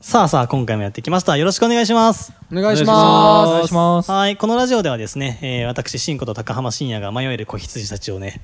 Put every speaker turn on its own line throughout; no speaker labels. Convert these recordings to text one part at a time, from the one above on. さあさあ、今回もやってきました。よろしくお願いします。
お願いします。
お願いします。
はい、このラジオではですね、えー、私、新子と高浜深也が迷える子羊たちをね、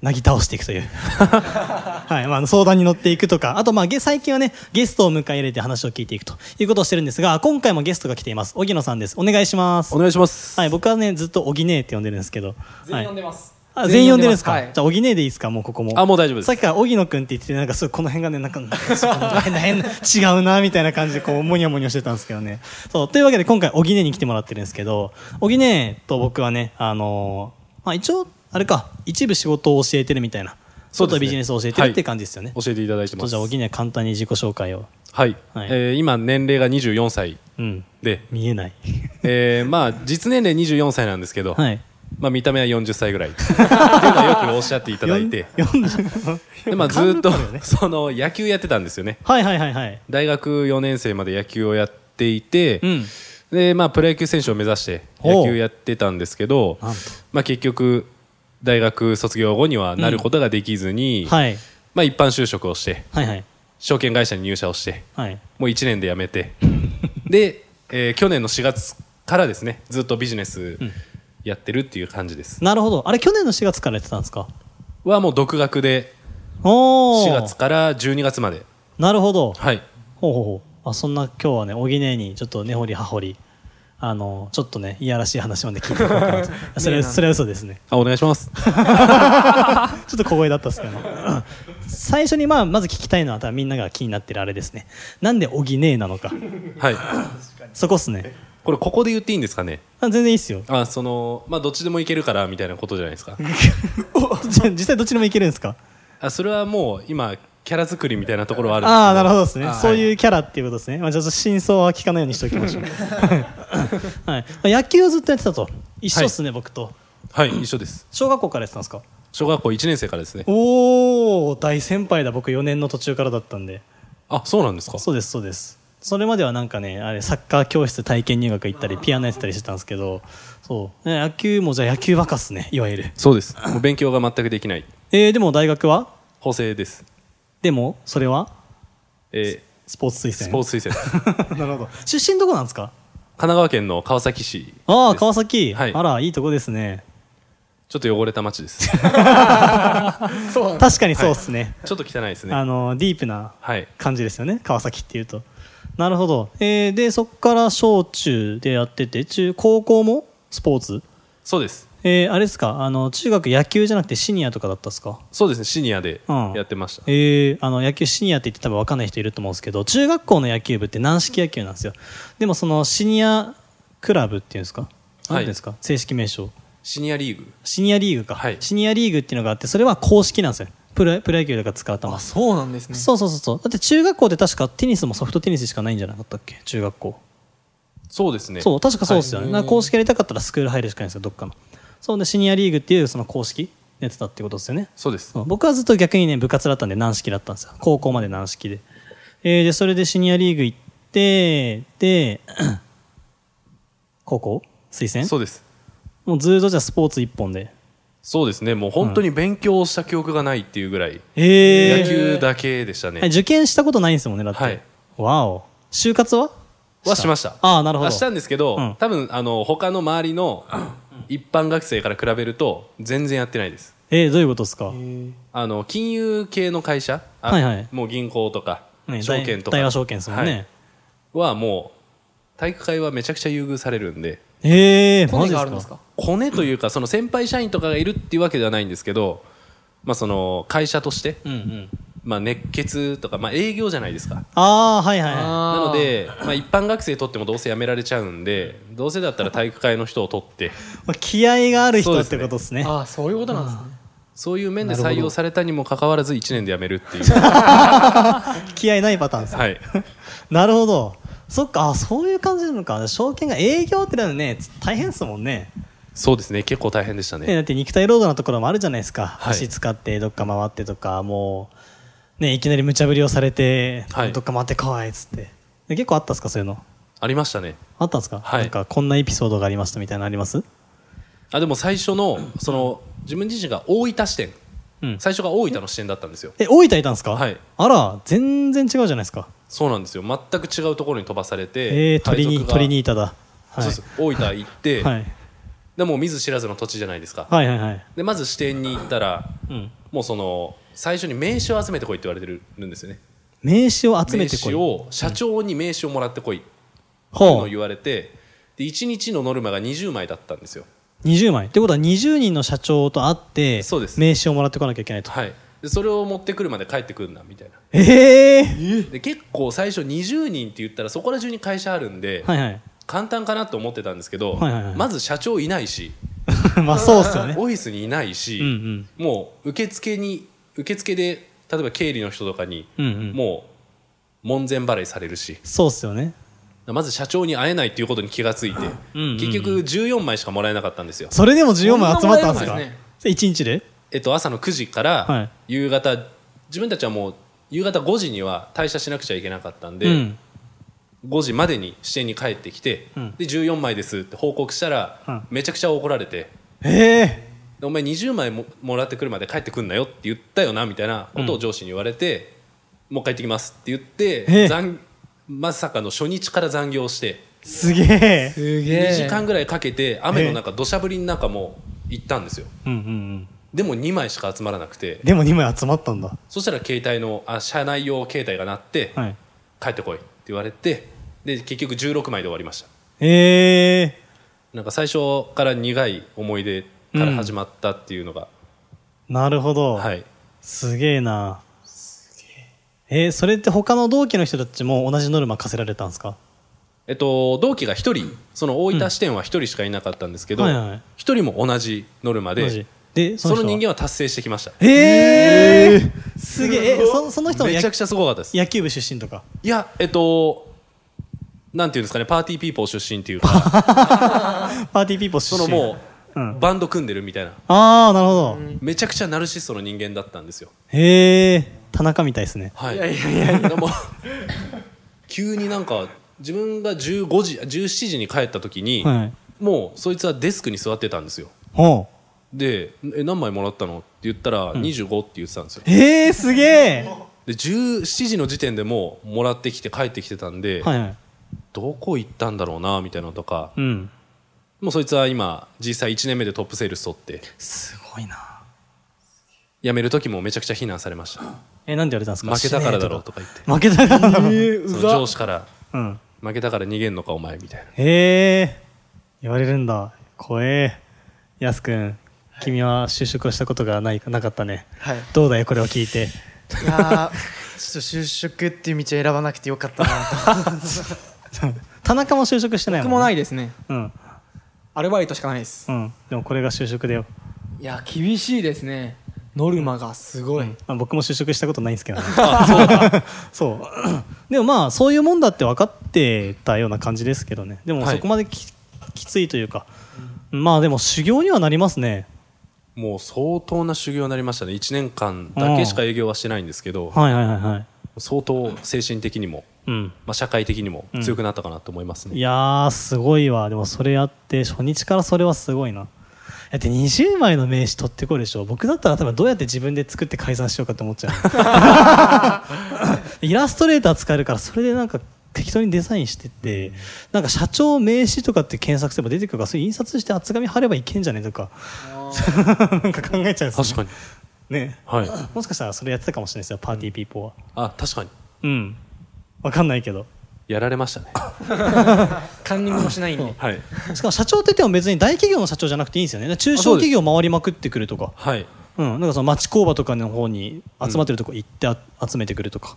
なぎ倒していくという。 はい、まあ、相談に乗っていくとか、あと、まあ、ゲ最近はね、ゲストを迎え入れて話を聞いていくということをしてるんですが、今回もゲストが来ています。荻野さんです。お願いします
お。願いします。
はい、僕はね、ずっとおぎねえって呼んでるんですけど。全員呼んでます。あ、全
全
員
員
呼
呼
ん
ん
でる
で
ん
ま
ですすか、
はい
じゃあ、おぎねえでいいですかもうここも。
あ、もう大丈夫です。
さっきから荻野くんって言ってて、なんかすごいこの辺がね、なんか、変な、変な、違うな、みたいな感じで、こう、もにゃもにゃしてたんですけどね。そう、というわけで今回、荻根に来てもらってるんですけど、荻根と僕はね、あのーまあ一応、あれか、一部仕事を教えてるみたいな、
そうです
外
ね
ビジネスを教えてるって感じですよね。
教えていただいて
ちょっと
ます。
じゃあ、荻根簡単に自己紹介を。
はい。
はい
えー今、年齢が24歳
うん。
で、
見えない。
え ーまあ、実年齢24歳なんですけど、
はい。
まあ、見た目は40歳ぐらい。っていうのはよくおっしゃっていただ いて、
40
でまあ、ずっ
感
と
動だよね、
その、野球やってたんですよね。
はいはいはいはい。
大学4年生まで野球をやっていて、
うん。
で、まあ、プロ野球選手を目指して
ほう
野球やってたんですけど
なんと、
まあ、結局、大学卒業後にはなることができずに、
はい。
まあ、一般就職をして、
はいはい。
証券会社に入社をして、
はい。
もう1年で辞めてで、えー去年の4月からですねずっとビジネスやってるっていう感じです、
なるほど。あれ、去年の4月からやってたんですか
はもう独学で
おー。
4月から12月まで
なるほど。
はい
ほうほうほう。あ、そんな今日はね、おぎねえにちょっと根掘り葉掘り、あの、ちょっとね、いやらしい話まで聞いていこうかなとあ それ、それは嘘ですね。
あお願いします
ちょっと小声だったっすけど、うん 最初にまあ、まず聞きたいのは、多分みんなが気になってるあれですね。なんでおぎねえなのか。
はい
そこっすね。
これここで言っていいんですかね
あ全然いいっすよ。
あそのまあどっちでもいけるからみたいなことじゃないです か
じ ゃあ実際どっちでもいけるんですか
あそれはもう今キャラ作りみたいなところはあるんですけ
ああ、なるほどですね
は。い
そういうキャラっていうことですね。まあ、ちょっと真相は聞かないようにしておきましょう。 はい。まあ野球をずっとやってたと。一緒っすね、僕と。
はい一緒です
小学校からやってたんですか
小学校1年生からですね
おお大先輩だ僕4年の途中からだったんで
あそうなんですか
そうですそうですそれまではなんかねあれサッカー教室体験入学行ったりピアノやってたりしてたんですけどそう、ね、野球もじゃあ野球バカっすねいわゆる
そうですもう勉強が全くできない
えー、でも大学は
補正です
でもそれは
え
スポーツ推
ー
薦
スポーツ推薦です 神
なるほど出身どこなんですか
奈川県の川崎市
ああ
です
川崎、
はい
あらいいとこですね
ちょっと汚れた街 です。
確かにそうっすね、
ちょっと汚いです
あ
ね。
のディープな
はい。
感じですよね川崎っていうとなるほど、えー、でそこから小中でやってて中高校もスポーツ
そうです。
えー、あれですかあの中学野球じゃなくてシニアとかだったですか
そうですね。シニアで
うん
やってました。
えー、あの野球シニアって言って多分分かんない人いると思うんですけど中学校の野球部って軟式野球なんですよでもそのシニアクラブっていうんですか何ていうんですか、正式名称
シニアリーグ。
シニアリーグか、
はい
シニアリーグっていうのがあってそれは公式なんですよプロプロ野球とか使う球
あ、そうなんですね。
そうそうそうそうだって中学校で確かテニスもソフトテニスしかないんじゃなかったっけ中学校
そうですね。
そう、確かそうですよね。
はい
なんか公式やりたかったらスクール入るしかないんですよ、どっかの。そうで、シニアリーグっていうその公式やってたってことですよね。
そうです
そ。う僕はずっと逆にね、部活だったんで軟式だったんですよ。高校まで軟式で。えーで、それでシニアリーグ行って、で、 高校推薦
そうです。
もうずっとじゃあスポーツ一本で。
そうですね。もう本当に勉強した記憶がないっていうぐらい、
え
野球だけでした
はい、
ね。
受験したことないんですもんね、だって。
はい
わお。就活は
はしました。
ああ、なるほど。
はしたんですけ
う
ど
ん、
多分、あの、他の周りの一般学生から比べると、全然やってないです。
えーどういうことですか
あの、金融系の会社あ
はいはい
もう銀行とか、
ね
証券とか。
大大和証券ですもんね。
はいはもう、体育会はめちゃくちゃ優遇されるんで、
ええー、マ
骨
ジ
があるんですか
コネというかその先輩社員とかがいるっていうわけではないんですけど、まあ、その会社として、
うんうん。
まあ、熱血とか、まあ、営業じゃないですか
ああ、はいはいはい。
あ
な
ー
の、で、まあ、一般学生取ってもどうせ辞められちゃうんでどうせだったら体育会の人を取って
まあ気合がある人ってことですね。
あーそういうことなんですね。
そういう面で採用されたにもかかわらず1年で辞めるっていう
気合ないパターンですね。
はい
なるほど。そっか、あそういう感じなのか。証券が営業ってなのね、大変ですもんね。
そうですね結構大変でした
ね、
ね
だって肉体労働のところもあるじゃないですか、
はい
足使ってどっか回ってとかもう、ね、いきなり無茶ぶりをされて、
はい
どっか回ってこいっつってで結構あったんですかそういうの
ありましたね
あったんですか、
はい
なんかこんなエピソードがありましたみたいなのあります、
あでも最初のその自分自身が大分視点
うん、
最初が大分の視点だったんですよ
え大分いたんですか、
はい
あら全然違うじゃないですか
そうなんですよ全く違うところに飛ばされて
えー、鳥に
海賊が
鳥にいただ、
そうです大分行って、
はい、
でもう見ず知らずの土地じゃないですか、
はいはいはい
でまず支店に行ったら
うん、
もうその最初に名刺を集めてこいって言われてるんですよね
名刺を集めてこ
名刺
い
を社長に名刺をもらってこいっていうの
ほ
を言われてで1日のノルマが20枚だったんです
う
よ
20枚ってことは20人の社長と会って
そうです
名刺をもらってこなきゃいけないと、
はいでそれを持ってくるまで帰ってくるなみたいな
ええ
で結構最初20人って言ったらそこら中に会社あるんで、
はい はい
簡単かなと思ってたんですけど、
はいはいはい
まず社長いないし
まあそうっすよね
オフィスにいないし、
うん
もう受付に受付で例えば経理の人とかに、
うんうん
もう門前払いされるし
そうっすよね
まず社長に会えないっていうことに気がついて
うんうんうん
結局14枚しかもらえなかったんですよ、
それでも14枚集まったんです
そ
か
んなもんやるんですね
それ一日で
えっと、朝の9時か
はい
ら夕方、自分たちはもう夕方5時には退社しなくちゃいけなかったんで、
うん
5時までに支店に帰ってきて、
うん
で14枚ですって報告したら、
うん
めちゃくちゃ怒られて
ええ
でお前20枚ももらってくるまで帰ってくんなよって言ったよなみたいなことを上司に言われて、もう帰ってきますって言って、
ええ
残まさかの初日から残業して
すげえ
すげえ
2時間ぐらいかけて雨の中土砂降りの中も行ったんですよ
うんうんうん
でも2枚しか集まらなくて
でも2枚集まったんだ
そしたら携帯のあ社内用携帯が鳴って、
はい
帰ってこいって言われてで結局16枚で終わりました
ええ
なんか最初から苦い思い出から始まったっていうのが、
なるほど、
はい
すげえなえー、それって他の同期の人たちも同じノルマ課せられたんですか
えっと、同期が1人その大分支店は1人しかいなかったんですけど、
は
一
いはい
1人も同じノルマ
同
で
じで
その人
間
間は達成してきました
ええすげええそその人も
め
野
ちゃくちゃすごかったですい
野球部出身とか
やえっとなんていうんですかねパーティーピーポー出身っていうか
パーティーピーポー出
そ
身
の
う
もう、
ん
バンド組んでるみたいな
ああなるほど
めちゃくちゃナルシストの人間だったんですよ
へえ田中みたいですね
はい
いやいやいやいや
でも急になんか自分が15時17時に帰った時に、
はい
もうそいつはデスクに座ってたんですよ
おう
で「え何枚もらったの?」って言ったら「25」って言ってたんですよ、
えー、すげえ
で17時の時点でもうもらってきて帰ってきてたんで、
はいはい。
どこ行ったんだろうなみたいなのとか
うん。
もうそいつは今実際1年目でトップセールス取って
すごいな。
辞める時もめちゃくちゃ非難されました
え、なんで言われたんですか
負けたからだろうとか言って
負けたからだろう。
その上司から
うん。
「負けたから逃げんのかお前」みたいな
へえ言われるんだ。怖え。やすくん、君は就職をしたことがないなかったね。
はい
どうだよ、これを聞いて。
いやーちょっと就職っていう道を選ばなくてよかったなと
田中も就職してないも
僕
ん、ね。
もないですね
うん。
アルバイトしかないです
うん。でもこれが就職だよ。
いや厳しいですねノルマがすごい、
まあ、僕も就職したことないんですけど ね。そう でもまあそういうもんだって分かってたような感じですけどねでも
はい
そこまでき,、きついというかまあでも修行にはなりますね
もう相当な修行になりましたね1年間だけしか営業はしてないんですけど
はいはいはいはい
相当精神的にも、
うん
まあ、社会的にも強くなったかなと思いますね、
いやーすごいわでもそれやって初日からそれはすごいなだって20枚の名刺取ってこいでしょ僕だったら多分どうやって自分で作って解散しようかと思っちゃ うイラストレーター使えるからそれでなんか適当にデザインしてって、なんか社長名刺とかって検索すれば出てくるからそれ印刷して厚紙貼ればいけんじゃねとか なんか考えちゃうんです
確かに
にね
はい
もしかしたらそれやってたかもしれないですよパーティーピーポーは
あ確かに
うんわかんないけど
やられまし たね
カンニングもしないんで
はい
しかも社長って言っても別に大企業の社長じゃなくていいんですよね中小企業回りまくってくるとか
はい
うんなんかその町工場とかの方に集まってるとこ行ってあ、集めてくるとか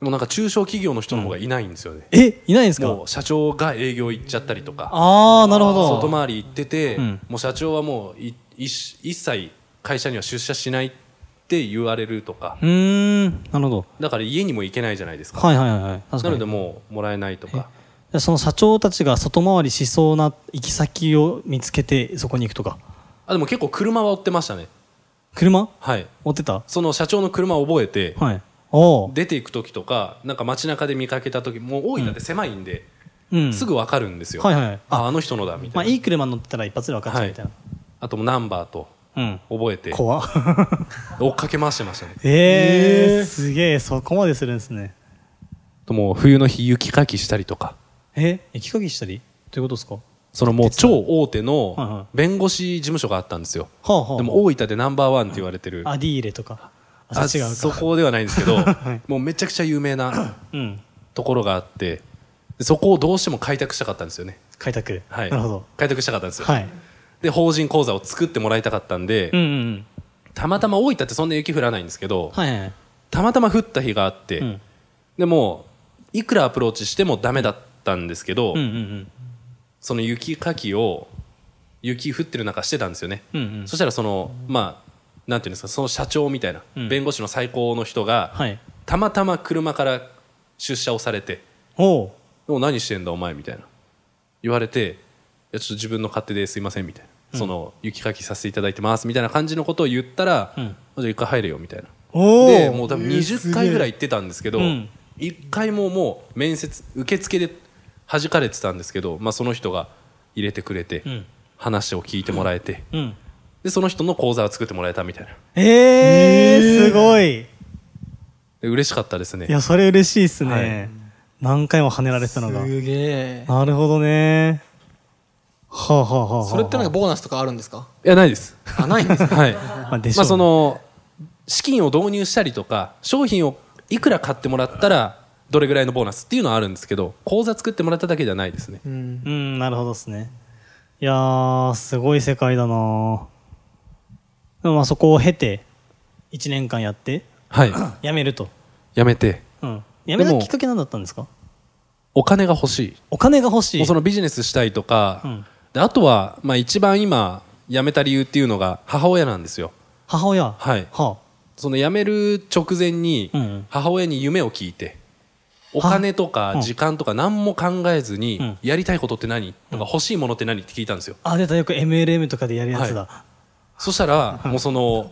でもなんか中小企業の人の方がいないんですよね、
えいないんですか
もう社長が営業行っちゃったりとか
ああなるほど
外回り行ってて、
うん
もう社長はもうい一一切会社には出社しないってって言われるとか
うーんなるほど
だから家にも行けないじゃないですか、
はいはいはいはい確か
なの
に
でもうもらえないとか
でその社長たちが外回りしそうな行き先を見つけてそこに行くとか
あでも結構車は追ってましたね
車
はい
追ってた
その社長の車を覚えて、
はいおお、
出ていく時とかなんか街中で見かけた時もう大分って狭いんで、
うん、
すぐ分かるんですよ、
はいはいはい
ああの人のだみ
ま
た
あ
いな、
いい車乗ってたら一発で分かっちゃうみたい
あともうナンバーと
な、
覚え
う
て
ん怖っ
追っかけ回してましたね
えー、
えー
すげえそこまでするんですね
あともう冬の日雪かきしたりとか
え雪かきしたりということですかは
そのもう超大手
はいは
の弁護士事務所があったんですよ、
あはあ
でも大分でナンバーワンって言われてる、
アディーレとかあ
あ
違うか
そこではないんですけど、
はい
もうめちゃくちゃ有名な
うん
ところがあってでそこをどうしても開拓したかったんですよね、
開拓
はい、
なるほど
開拓したかったんですよ、
はい
で法人口座を作ってもらいたかったんで、
うんうんうん
たまたま大分ってそんな雪降らないんですけど、
はいはいはい
たまたま降った日があって、
うん
でもういくらアプローチしてもダメだったんですけど、
うんうん
その雪かきを雪降ってる中してたんですよね、
うんうんうん
そしたらそのまあなんていうんですかその社長みたいな、
うん
弁護士の最高の人が、
はい
たまたま車から出社をされて
おう
「もう何してんだお前」みたいな言われて「いやちょっと自分の勝手ですいません」みたいな、その雪かきさせていただいてますみたいな感じのことを言ったら「
うん
じゃあ一回入れよ」みたいな
お
でもう多分20回ぐら
い
い行ってたんですけど、
うん
1回ももう面接受付で弾かれてたんですけど、まあ、その人が入れてくれて、
うん
話を聞いてもらえて、
うん
でその人の講座を作ってもらえたみたいな
えー、すごい
で嬉しかったですね
いやそれ嬉しいっすね、
はい
何回も跳ねられてたのが
すげえ
なるほどねはあはあはあはあ
それってなんかボーナスとかあるんですか
いやないです
あないん ですか
はい
まあでしょうね
まあその資金を導入したりとか商品をいくら買ってもらったらどれぐらいのボーナスっていうのはあるんですけど講座作ってもらっただけじゃないですね
うん
うんなるほどっすねいやーすごい世界だなーでもまあそこを経て1年間やって
はい
辞めると、
やめて
うん、辞めた
でも
きっかけ何だったんですか
お金が欲しい
お金が欲しい
もうそのビジネスしたいとか、
うん
であとは、まあ、一番今辞めた理由っていうのが母親なんですよ
母親は
はい
あ
その辞める直前に
うんうん
母親に夢を聞いてお
は
金と
うん
か時間とか何も考えず
う
に
ん
やりたいことって何とか欲しいものって何って聞いたんですよ
あ出たよく MLM とかでやるやつだ、
そしたらもうその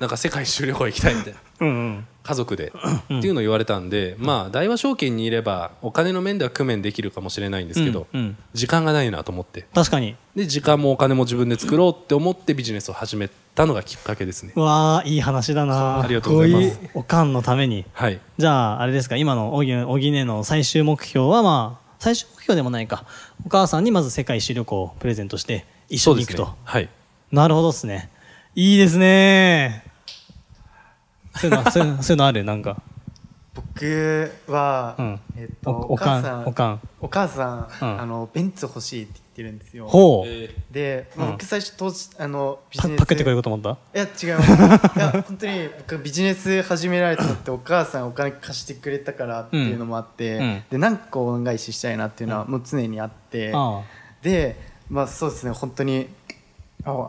なんか世界一周旅行行きたいみたいな
うんうん
家族でっていうのを言われたんでまあ大和証券にいればお金の面では工面できるかもしれないんですけど
うんうん
時間がないなと思って
確かに
で時間もお金も自分で作ろうって思ってビジネスを始めたのがきっかけですね
うわーいい話だなー
ありがとうございます
かっこいおかんのために
はい
じゃああれですか今のおぎおぎねの最終目標はまあ最終目標でもないかお母さんにまず世界一周旅行をプレゼントして一緒に行くと、
そうですねはい
なるほどっすねいいですねそう いうのそういうのそういうのあるなんか
僕は、
うん
えっと、
おおかんおかん
お母さん、
うん
あのベンツ欲しいって言ってるんですよ
ほう、
で、まあ
うん
僕最初投資あのビ
パ
ジネス
パクってこようと思った
いや違いますい や本当に僕ビジネス始められたのってお母さんお金貸してくれたからっていうのもあって、
うんうん
で何個恩返ししたいなっていうのはもう常にあって、
あ
でまあそうですね本当にあ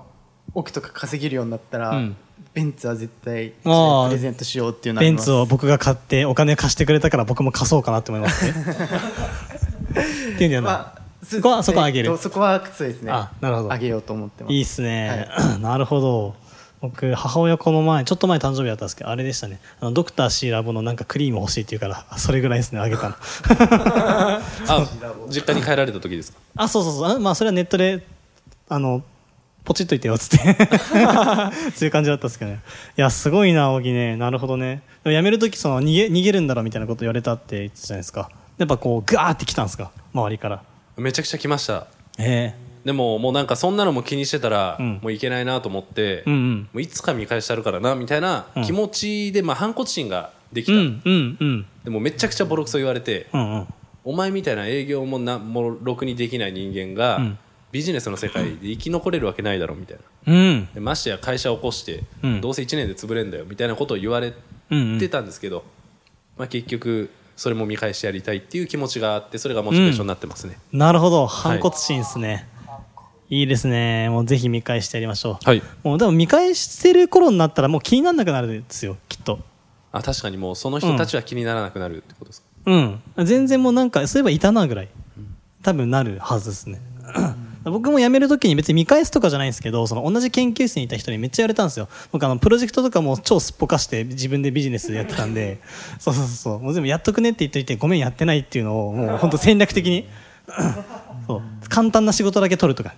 億とか稼げるようになったら、
うん
ベンツは絶対プ
あー
レゼントしようっていう
あ
のはあ
ベ
り
ン
ます
ツを僕が買ってお金貸してくれたから僕も貸そうかなって思いますね っていうんじゃない、
まあ
そこはそこはあげる
えっとそこはそうですね
あなるほど
あげようと思ってます
いいっすね、 なるほど僕母親この前ちょっと前誕生日だったんですけどあれでしたねあのドクター C ラボのなんかクリーム欲しいって言うから あそれぐらいですねあげたの
あ実家に帰られた時ですか
あそうそうそうあまあそれはネットであのポチッといてよっつってそういう感じだったんですけどねいやすごいな荻ねなるほどねでも辞める時その逃げ逃げるんだろうみたいなこと言われたって言ってたじゃないですかやっぱこうガーってきたんですか周りから
めちゃくちゃ来ました
え
でももうなんかそんなのも気にしてたら、
うん
もういけないなと思って、
うんう
も
ん
ういつか見返してあるからなみたいな
うん
気持ちで、まあ、反骨心ができ
う
た、
んうんうん
でもめちゃくちゃボロクソ言われて、
うんうん
お前みたいな営業もなもろくにできない人間が、
うん
ビジネスの世界で生き残れるわけないだろみたいな
うん
でましてや会社を起こして、
うん
どうせ1年で潰れんだよみたいなことを言われ
うん
てたんですけど、まあ、結局それも見返してやりたいっていう気持ちがあってそれがモチベーションになってますね、
なるほど反骨心ですね、い、いいですね。もうぜひ見返してやりましょう。
はい
もうでも見返してる頃になったらもう気にならなくなるんですよ、きっと。
あ確かにもうその人たちは気にならなくなるってことですか、
うん。全然もうなんか、そういえばいたなぐらい。多分なるはずですね。 僕も辞めるときに別に見返すとかじゃないんですけど、その同じ研究室にいた人にめっちゃ言われたんですよ。僕あの、プロジェクトとかも超すっぽかして自分でビジネスやってたんで、そうそうそう。もう全部やっとくねって言っといて、ごめんやってないっていうのを、もう本当戦略的に。 そう。簡単な仕事だけ取るとか。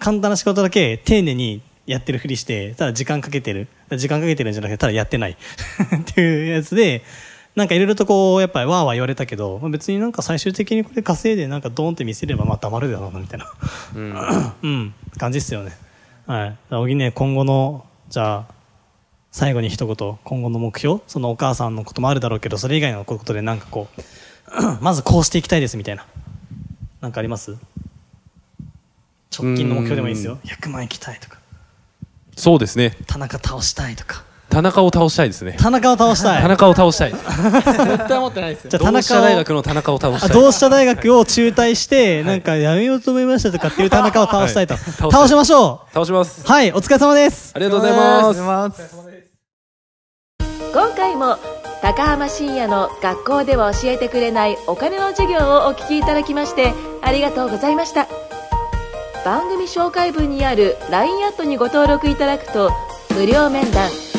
簡単な仕事だけ丁寧にやってるふりして、ただ時間かけてる。時間かけてるんじゃなくて、ただやってない。 っていうやつで、なんかいろいろとこう、やっぱりわーわー言われたけど、まあ別になんか最終的にこれ稼いでなんかドーンって見せればまあ黙るだろうな、みたいな。うん、感じっすよね。はい。だから小木ね、今後の、じゃあ、最後に一言、今後の目標、そのお母さんのこともあるだろうけど、それ以外のことでなんかこう、 まずこうしていきたいですみたいな。なんかあります直近の目標でもいいですよ。100万いきたいとか、
そうですね
田中倒したいとか。
田中を倒したいですね
田中を倒したい。
田中を倒 したい
絶対思ってないですよ
じゃあ田
同志社
中
大
を
学の田中を倒し
あ
たい
同志社大学を中退して、なんかやめようと思いましたとかっていう田中を倒したいと。倒しましょ
倒します
うはい、お疲れ様です
ありがとうございます
ありがとうございます
今回も高浜深也の学校では教えてくれないお金の授業をお聞きいただきましてありがとうございました番組紹介文にある LINE アットにご登録いただくと無料面談